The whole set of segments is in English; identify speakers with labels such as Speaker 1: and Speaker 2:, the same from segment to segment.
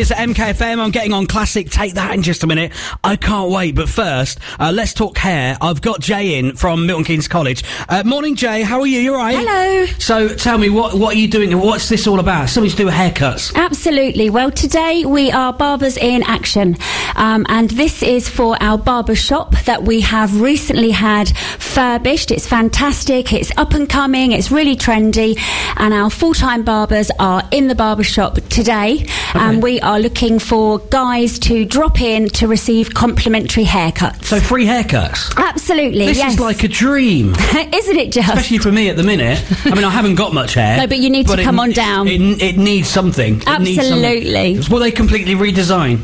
Speaker 1: It's MKFM. I'm getting on classic. Take that in just a minute. I can't wait. But first, uh, let's talk hair. I've got Jay in from Milton Keynes College. Uh, morning, Jay. How are you? You all right?
Speaker 2: Hello.
Speaker 1: So tell me, what what are you doing? and What's this all about? Something to do with haircuts.
Speaker 2: Absolutely. Well, today we are Barbers in Action, um, and this is for our barber shop that we have recently had furbished. It's fantastic, it's up and coming, it's really trendy, and our full time barbers are in the barber shop today, and we are looking for guys to drop in to receive complimentary haircuts.
Speaker 1: So free haircuts.
Speaker 2: Absolutely,
Speaker 1: This
Speaker 2: Uh, yes.
Speaker 1: is like a dream,
Speaker 2: Isn't it just?
Speaker 1: especially for me at the minute. I mean, I haven't got much hair.
Speaker 2: No, but you need to
Speaker 1: it-
Speaker 2: come on down.
Speaker 1: It, it needs something. It needs something.
Speaker 2: Absolutely.
Speaker 1: Will they completely redesign?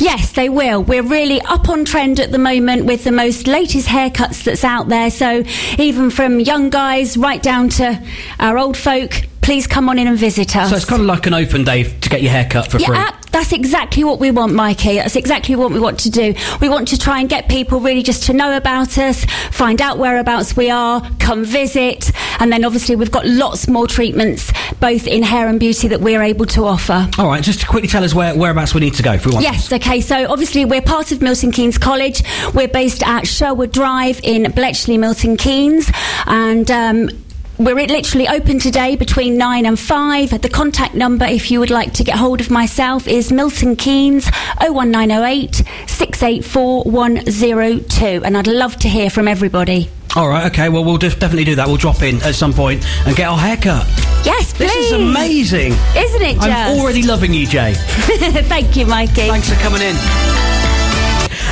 Speaker 2: Yes, they will. We're really up on trend at the moment with the most latest haircuts that's out there. So even from young guys right down to our old folk, please come on in and visit us.
Speaker 1: So it's kind of like an open day f- to get your hair cut for free.
Speaker 2: yeah, uh, ab- that's exactly what we want, Mikey. That's exactly what we want to do. We want to try and get people really just to know about us, find out whereabouts we are, come visit, and then obviously we've got lots more treatments, both in hair and beauty, that we're able to offer.
Speaker 1: All right, just to quickly tell us where whereabouts we need to go if we want.
Speaker 2: Yes, okay. So obviously we're part of Milton Keynes College. We're based at Sherwood Drive in Bletchley, Milton Keynes, and. Um, we're literally open today between 9 and 5. The contact number, if you would like to get hold of myself, is Milton Keynes 01908 684 102. And I'd love to hear from everybody.
Speaker 1: All right, okay. Well, we'll def- definitely do that. We'll drop in at some point and get our hair cut.
Speaker 2: Yes, please.
Speaker 1: This is amazing.
Speaker 2: Isn't it, just?
Speaker 1: I'm already loving you, Jay.
Speaker 2: Thank you, Mikey.
Speaker 1: Thanks for coming in.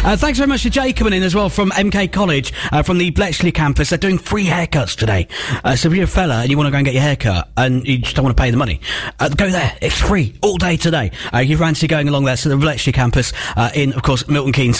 Speaker 1: Uh, thanks very much to Jay coming in as well from MK College, uh, from the Bletchley campus. They're doing free haircuts today. Uh, so if you're a fella and you want to go and get your hair cut and you just don't want to pay the money, uh, go there. It's free all day today. Uh, you fancy going along there to the Bletchley campus uh, in, of course, Milton Keynes